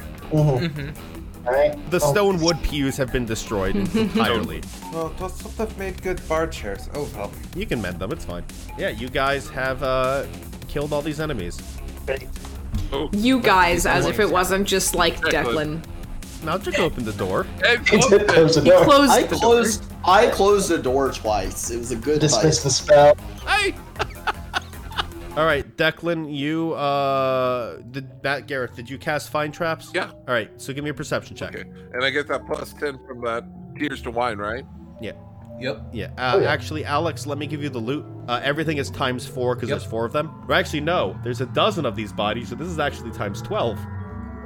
S3: Alright.
S1: The
S3: Oh,
S1: stone wood pews have been destroyed entirely.
S2: Well, those would have made good bar chairs. Oh well.
S1: You can mend them. It's fine. Yeah, you guys have uh, killed all these enemies.
S3: great.
S4: Oh.
S7: you guys, as if it wasn't just like Declan.
S4: Declan.
S1: Maldrick opened the door.
S4: And
S3: He
S4: close
S3: did close
S4: it.
S3: the
S7: He
S3: door.
S7: closed.
S5: I
S7: the door.
S5: closed. I closed the door twice. It was a good
S3: Dismiss
S5: fight.
S3: the spell.
S4: Hey,
S1: All right, Declan, you uh, did that Gareth? Did you cast fine traps?
S4: Yeah.
S1: All right, so give me a perception check.
S4: Okay. And I get that plus 10 from that Tears to Wine, right?
S1: Yeah,
S6: Yep.
S1: yeah. Uh,
S3: Oh, yeah.
S1: Actually, Alex, let me give you the loot. Uh, everything is times four because
S6: Yep.
S1: there's four of them. Or actually, no, there's a dozen of these bodies, so this is actually times twelve.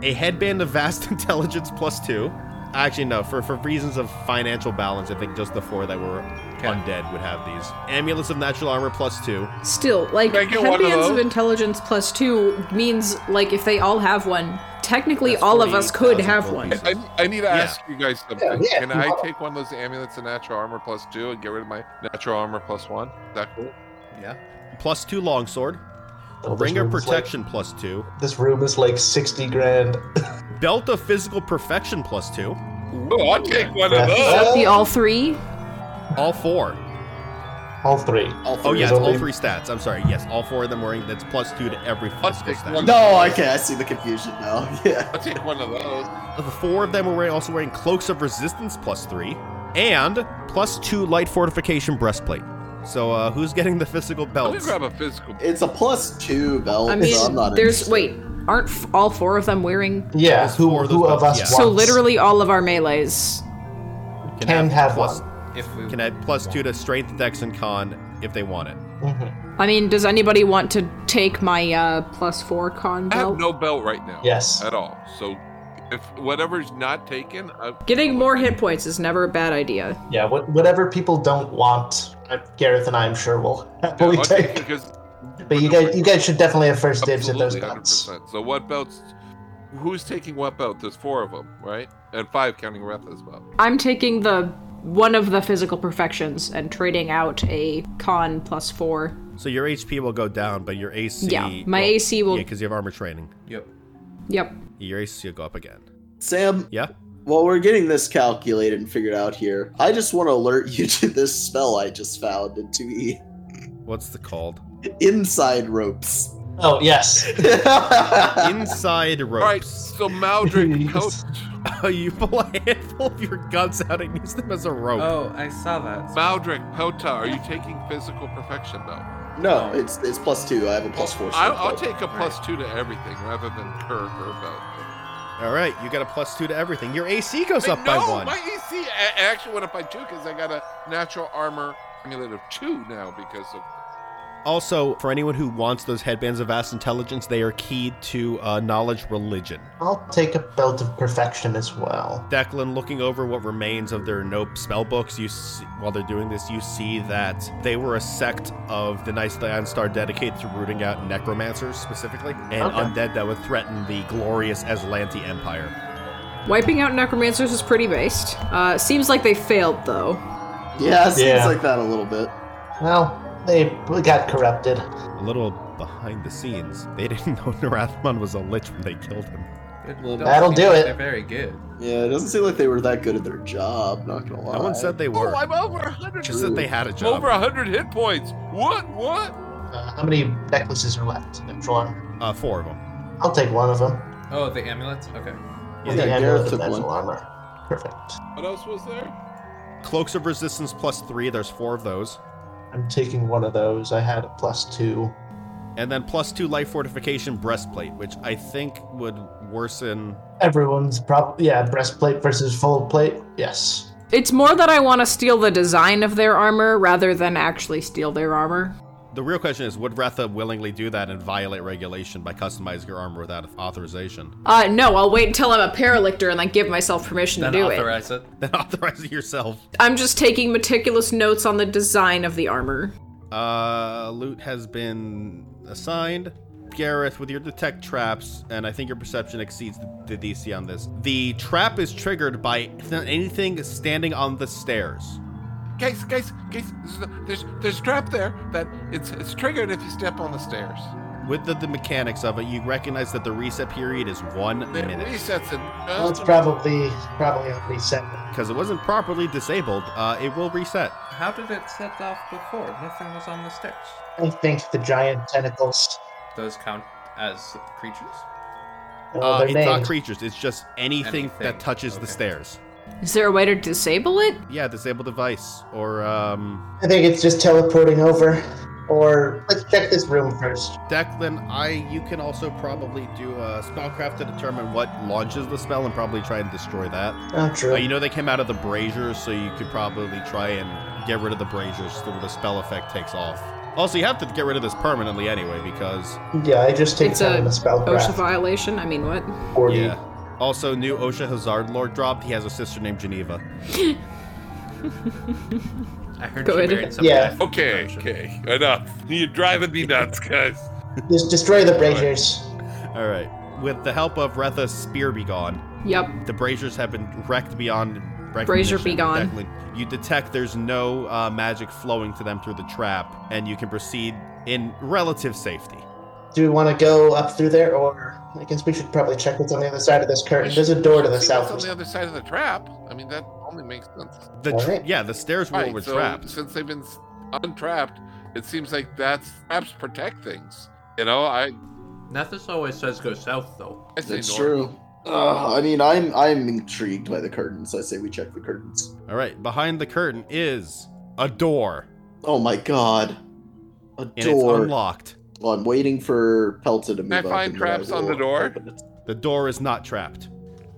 S1: A headband of vast intelligence plus two. Actually, no, for, for reasons of financial balance, I think just the four that were undead would have these. Amulets of natural armor plus two.
S7: Still, like
S4: Can I get one of
S7: headbands of,
S4: those?
S7: intelligence plus two means like if they all have one, technically
S1: That's
S7: all of us could
S1: 48,000
S7: have
S1: gold
S7: one.
S1: pieces.
S4: I, I need to ask you guys something.
S3: Yeah, yeah.
S4: Can I take one of those amulets of natural armor plus two and get rid of my natural armor plus one? Is that cool?
S6: Yeah.
S1: Plus two longsword.
S3: Oh, this
S1: Ringer
S3: room is
S1: protection plus two.
S3: Like, this room is like 60 grand.
S1: Belt of physical perfection plus two.
S4: Oh, I'll take one
S3: Yeah.
S4: of those.
S1: Uh-huh.
S7: The all three.
S1: All four.
S3: All three.
S1: Oh
S5: All three.
S1: yeah, it's
S3: There's
S1: all
S3: only-
S1: three stats. I'm sorry. Yes, all four of them wearing that's plus two to every
S4: Plus
S1: physical
S4: six,
S1: stat.
S4: one.
S5: No, okay, I see the confusion now. Yeah.
S4: I'll take one of those.
S1: The four of them were wearing, also wearing cloaks of resistance plus three, and plus two light fortification breastplate. So uh, who's getting the physical
S4: Let me
S1: belts?
S4: grab a physical.
S5: It's a plus two belt.
S7: I mean,
S5: so I'm not
S7: there's
S5: interested.
S7: wait, aren't f- all four of them wearing?
S3: Yeah,
S1: There's
S3: who,
S1: four of
S3: who
S1: those
S3: of
S1: buttons,
S3: us
S1: yeah.
S7: So
S3: wants-
S7: literally all of our melees.
S3: can have
S1: plus,
S6: If we
S1: Can add plus two to strength, dex, and con if they want it.
S7: I mean, does anybody want to take my uh, plus four con
S4: I
S7: belt?
S4: have no belt right now.
S3: Yes.
S4: At all. So if whatever's not taken, I,
S7: Getting more hit points is never a bad idea.
S3: Yeah, what, whatever people don't want, uh, Gareth and I, I'm sure will
S4: I'll
S3: happily
S4: take
S3: take.
S4: because.
S3: But you guys, you guys should definitely have first dibs at those
S4: Absolutely,
S3: guns.
S4: 100%. So what belts? Who's taking what belt? There's four of them, right? And five counting Reth as well.
S7: I'm taking the one of the physical perfections and trading out a con plus four.
S1: So your HP will go down, but your AC.
S7: Yeah, my AC will-
S1: Yeah, because you have armor training.
S6: Yep.
S7: Yep.
S1: Your AC will go up again.
S5: Sam.
S1: Yeah.
S5: While we're getting this calculated and figured out here, I just want to alert you to this spell I just found in 2E
S1: What's the called?
S5: Inside Ropes.
S3: Oh yes.
S1: Inside ropes.
S4: All right, so Maldrick
S3: Yes.
S4: coach.
S1: Oh, you pull a handful of your guns out and use them as a rope.
S6: Oh, I saw that.
S4: Maldrick Pota, are you taking physical perfection though?
S5: no, it's it's plus two. I have a plus four.
S4: I,
S5: strength,
S4: I'll
S5: but-
S4: take a plus two to everything rather than Kerr Herbo.
S1: All right, you got a plus two to everything. Your AC goes up
S4: no,
S1: by one.
S4: my E AC a- actually went up by two because I got a natural armor amulet of two now because of.
S1: Also, for anyone who wants those headbands of vast intelligence, they are keyed to uh, knowledge religion.
S3: I'll take a belt of perfection as well.
S1: Declan, looking over what remains of their nope spell books, you see, while they're doing this, you see that they were a sect of the Nice Dion Star dedicated to rooting out necromancers specifically, and
S3: Okay.
S1: undead that would threaten the glorious Aslanti Empire.
S7: Wiping out necromancers is pretty based. Uh, seems like they failed though.
S5: Yeah, it seems
S3: Yeah.
S5: like that a little bit.
S3: Well, they got corrupted.
S1: A little behind the scenes, they didn't know Narathmon was a lich when they killed him.
S6: It doesn't
S3: that'll
S6: seem
S3: do
S6: like
S3: it.
S6: They're very good.
S5: Yeah, it doesn't seem like they were that good at their job. Not gonna lie.
S1: No one said they
S4: Oh,
S1: were,
S4: I'm over a hundred.
S1: just that they had a
S4: I'm
S1: job.
S4: over a hundred hit points. What? What?
S3: Uh, how many necklaces are left in the drawer?
S1: Uh, four of them.
S3: I'll take one of them.
S6: Oh, the amulets. Okay.
S5: Yeah,
S3: the
S5: Gareth
S3: amulet of
S5: took
S3: natural
S5: one.
S3: armor. Perfect.
S4: What else was there?
S1: Cloaks of resistance plus three. There's four of those.
S3: I'm taking one of those. I had a plus two.
S1: And then plus two life fortification breastplate, which I think would worsen.
S3: Everyone's probably yeah. Breastplate versus full plate. Yes.
S7: It's more that I want to steal the design of their armor rather than actually steal their armor.
S1: The real question is would Retha willingly do that and violate regulation by customizing your armor without authorization?
S7: Uh, no, I'll wait until I'm a paralictor and then give myself permission
S6: Then
S7: to do it.
S6: authorize it.
S1: Then authorize it yourself.
S7: I'm just taking meticulous notes on the design of the armor.
S1: Uh, loot has been assigned. Gareth, with your detect traps, and I think your perception exceeds the, the DC on this. The trap is triggered by anything standing on the stairs.
S4: Guys, guys, guys! There's there's, there's a trap there that it's it's triggered if you step on the stairs.
S1: With the, the mechanics of it, you recognize that the reset period is one
S4: It
S1: minute.
S4: resets uh, it.
S3: Well, it's probably probably only seven.
S1: Because it wasn't properly disabled, uh, it will reset.
S6: How did it set off before? Nothing was on the stairs.
S3: I think the giant tentacles.
S6: Those count as creatures.
S3: Oh,
S1: Uh,
S3: their
S1: it's
S3: names.
S1: not creatures, it's just anything,
S6: Anything,
S1: that touches the
S6: okay.
S1: stairs.
S7: Is there a way to disable it?
S1: Yeah, disable device. Or, um,
S3: I think it's just teleporting over. Or let's check this room first.
S1: Declan, I, you can also probably do a spellcraft to determine what launches the spell and probably try and destroy that.
S3: Oh, true.
S1: Uh, you know they came out of the braziers, so you could probably try and get rid of the braziers so the spell effect takes off. Also, you have to get rid of this permanently anyway, because
S3: yeah, I just take
S7: It's
S3: some
S7: a
S3: of the
S7: OSHA
S3: spellcraft.
S7: violation? I mean, what?
S3: Forty.
S1: Yeah. Also, new OSHA Hazard Lord dropped. He has a sister named Geneva.
S6: I heard
S7: Go
S6: she
S7: ahead.
S6: married somebody.
S3: Yeah.
S6: from
S4: Okay,
S6: Russia.
S4: okay, enough. You're driving me nuts, guys.
S3: Just destroy the braziers.
S1: All right. With the help of Retha's spear be gone,
S7: Yep.
S1: the braziers have been wrecked beyond recognition.
S7: Brazier be gone.
S1: Declan, you detect there's no uh, magic flowing to them through the trap, and you can proceed in relative safety.
S3: Do we want to go up through there, or I guess we should probably check what's on the other side of this curtain.
S4: We
S3: There's a
S4: should-
S3: door
S4: we
S3: to
S4: should
S3: the
S4: see what's on
S3: south.
S4: the other side of the trap. I mean, that only makes sense.
S1: The tr-
S3: Alright.
S1: yeah, the stairs were,
S4: Right,
S1: were
S4: so
S1: trapped.
S4: since they've been s- untrapped, it seems like that's traps protect things. You know, I
S6: Nethus always says go south though.
S4: I say
S5: That's
S4: north.
S5: true. Uh, I mean, I'm I'm intrigued by the curtains. I say we check the curtains.
S1: All right. Behind the curtain is a door,
S5: Oh my god, a
S1: and it's
S5: door.
S1: unlocked.
S5: Well, I'm waiting for Pelta to move
S4: I
S5: up
S4: find
S5: and then
S4: traps on
S5: will
S4: the door?
S5: open it.
S1: The door is not trapped.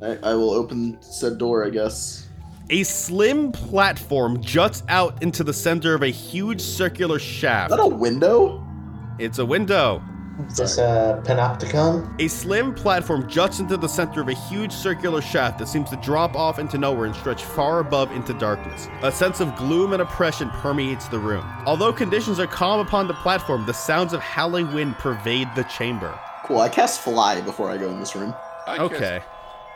S5: I, I will open said door, I guess.
S1: A slim platform juts out into the center of a huge circular
S5: Is
S1: shaft.
S5: that a window?
S1: It's a window.
S3: Is this a panopticon?
S1: A slim platform juts into the center of a huge circular shaft that seems to drop off into nowhere and stretch far above into darkness. A sense of gloom and oppression permeates the room. Although conditions are calm upon the platform, the sounds of howling wind pervade the chamber.
S5: Cool. I cast fly before I go in this room.
S4: I guess-
S1: Okay.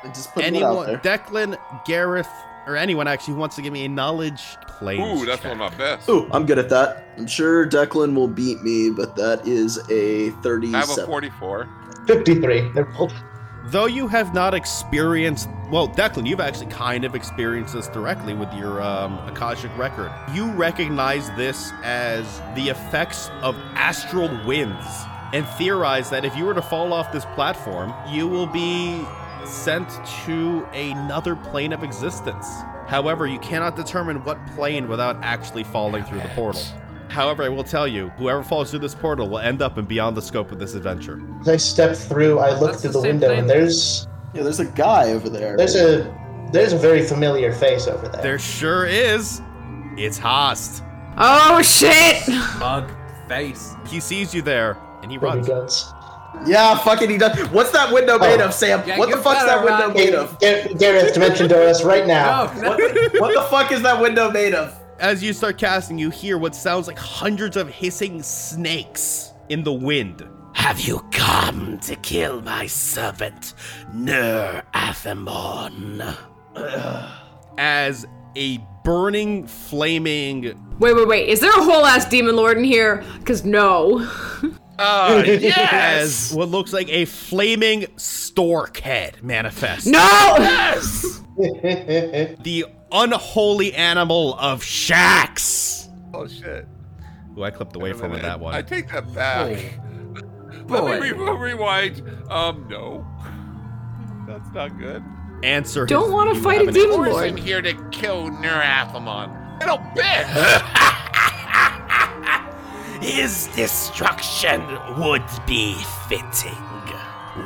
S5: I just put it out
S1: Anyone,
S5: there.
S1: Declan, Gareth, or anyone actually wants to give me a knowledge planes
S4: Ooh, that's
S1: check.
S4: one of my best.
S5: Ooh, I'm good at that. I'm sure Declan will beat me, but that is a
S4: I have a
S5: 37.
S4: 44.
S3: Fifty-three. They're both
S1: Though you have not experienced well, Declan, you've actually kind of experienced this directly with your um, Akashic record. You recognize this as the effects of astral winds and theorize that if you were to fall off this platform, you will be sent to another plane of existence. However, you cannot determine what plane without actually falling through the portal. However, I will tell you, whoever falls through this portal will end up and beyond the scope of this adventure.
S3: As I step through, I look
S6: That's
S3: through
S6: the
S3: the,
S6: same
S3: window,
S6: thing.
S3: and there's
S5: Yeah, there's a guy over there.
S3: there's a there's a very familiar face over there.
S1: There sure is. It's Host.
S7: Oh shit!
S6: Mug face.
S1: He sees you there and he
S3: Baby
S1: runs.
S3: guns.
S5: Yeah, fucking he does. What's that window made of, Sam?
S6: Oh. Yeah,
S5: what the
S6: you
S5: fuck's that window
S6: better run.
S5: made of?
S3: Gar- Gareth, dimension door us right now.
S6: Oh, No,
S5: What
S6: no.
S5: the, what the fuck is that window made of?
S1: As you start casting, you hear what sounds like hundreds of hissing snakes in the wind. Have you come to kill my servant, Ner Athamon? As a burning, flaming.
S7: Wait, wait, wait. Is there a whole ass demon lord in here? Cause no.
S4: Ah,
S1: As what looks like a flaming stork head manifests. Oh!
S7: No!
S1: The unholy animal of Shax.
S4: oh shit!
S1: Ooh, I clipped away from
S4: I-
S1: with that one.
S4: I take that back.
S6: Boy.
S4: Let me re- rewind. Um, no, that's not good.
S1: Answer.
S7: Don't
S1: his-
S7: wanna
S1: you
S7: fight
S1: have
S7: a
S1: an-
S7: demon
S4: Or I'm
S7: lord.
S4: here to kill Neurathamon. Little bitch!
S8: His destruction would be fitting.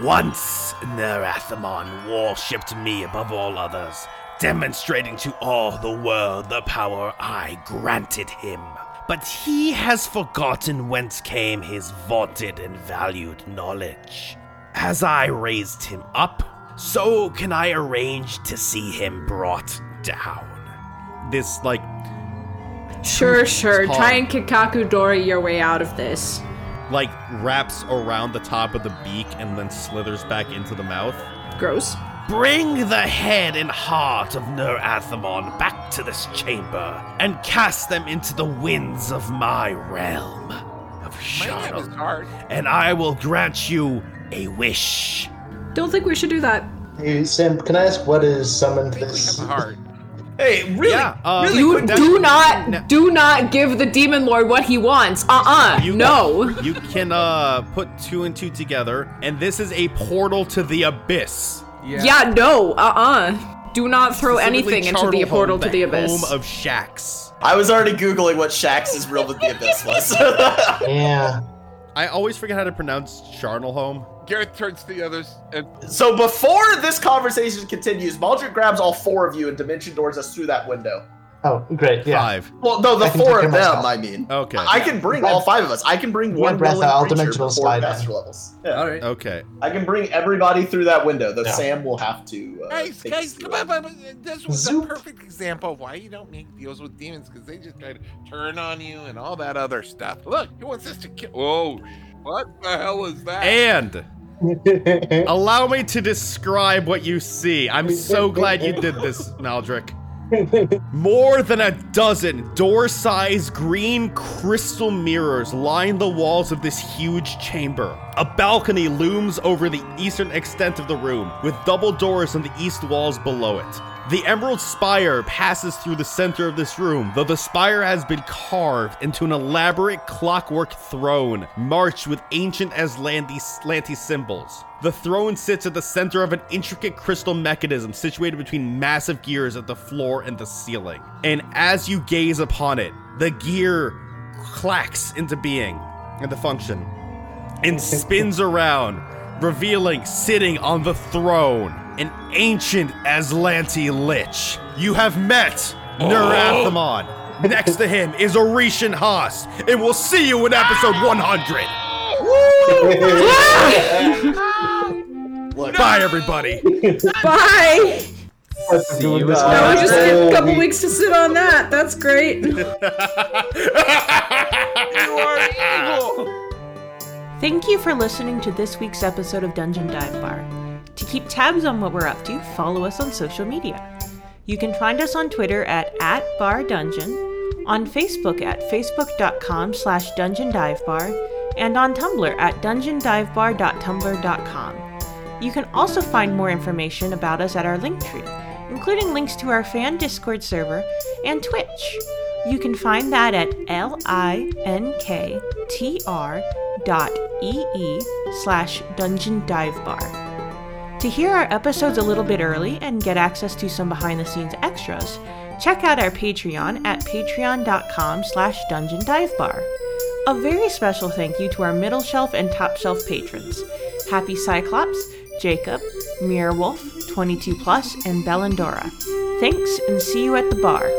S8: Once Nerathamon worshipped me above all others, demonstrating to all the world the power I granted him. But he has forgotten whence came his vaunted and valued knowledge. As I raised him up, so can I arrange to see him brought down.
S1: This like
S7: Sure, sure. Try and Kikaku Dori your way out of this.
S1: like wraps around the top of the beak and then slithers back into the mouth.
S7: Gross.
S8: Bring the head and heart of Nerathamon back to this chamber and cast them into the winds of my realm of
S4: That was
S8: shadow,
S4: hard.
S8: and I will grant you a wish.
S7: Don't think we should do that.
S3: Hey, Sam, can I ask what is summoned this?
S4: Hard.
S5: Hey, really?
S1: Yeah, uh,
S5: really?
S7: You
S5: quick-
S7: do not do not give the demon lord what he wants. Uh-uh.
S1: You-
S7: no.
S1: You can uh put two and two together, and this is a portal to the abyss.
S7: Yeah. no. Uh-uh. Do not throw anything into the
S1: Charnel
S7: portal
S1: Home,
S7: to the abyss.
S1: Home of Shax.
S5: I was already googling what Shax's real with the abyss was.
S3: Yeah.
S1: I always forget how to pronounce Charnel Home.
S4: Gareth turns to the others and
S5: so before this conversation continues, Maldrick grabs all four of you and dimension doors us through that window.
S3: Oh, great. Yeah.
S1: Five.
S5: Well, no, the
S3: I can
S5: four
S3: take
S5: of them.
S3: care of myself.
S5: I mean,
S1: Oh, Okay.
S5: I can bring all five of us. I can bring one
S3: breath,
S5: willing
S3: I'll
S5: creature
S3: dimensional
S5: before
S3: slide
S5: master
S3: in.
S5: levels. Yeah.
S6: All right.
S1: Okay.
S5: I can bring everybody through that window. Though
S3: Yeah.
S5: Sam will have to. Uh,
S4: guys,
S5: take
S4: guys,
S5: us
S4: come
S5: through
S4: on,
S5: it.
S4: come on. This was a
S3: Zoop.
S4: perfect example of why you don't make deals with demons because they just try to turn on you and all that other stuff. Look, he wants us to kill. Whoa, what the hell is that?
S1: And allow me to describe what you see. I'm so glad you did this, Maldrick. More than a dozen door sized green crystal mirrors line the walls of this huge chamber. A balcony looms over the eastern extent of the room, with double doors on the east walls below it. The emerald spire passes through the center of this room, though the spire has been carved into an elaborate clockwork throne, marked with ancient Aslanti slanty symbols. The throne sits at the center of an intricate crystal mechanism situated between massive gears at the floor and the ceiling. And as you gaze upon it, the gear clacks into being and the function and spins around, revealing sitting on the throne an ancient Aslanti lich. You have met Nerathamon. Next to him is Orishan Haas, and we'll see you in episode 100. Bye, everybody.
S7: Bye.
S3: What's doing this
S7: That was just a
S3: Holy
S7: couple weeks to sit on that. That's great.
S9: Thank you for listening to this week's episode of Dungeon Dive Bar. To keep tabs on what we're up to, follow us on social media. You can find us on Twitter at, at @bardungeon, on Facebook at facebook.com slash dungeon dive bar, and on Tumblr at dungeondivebar.tumblr.com. You can also find more information about us at our link tree, including links to our fan Discord server and Twitch. You can find that at linktr dot ee slash dungeon dive bar. To hear our episodes a little bit early and get access to some behind the scenes extras, check out our Patreon at patreon.com slash dungeon dive bar. A very special thank you to our middle shelf and top shelf patrons Happy Cyclops, Jacob, Mirror Wolf, 22 Plus, and Bellandora. Thanks and see you at the bar.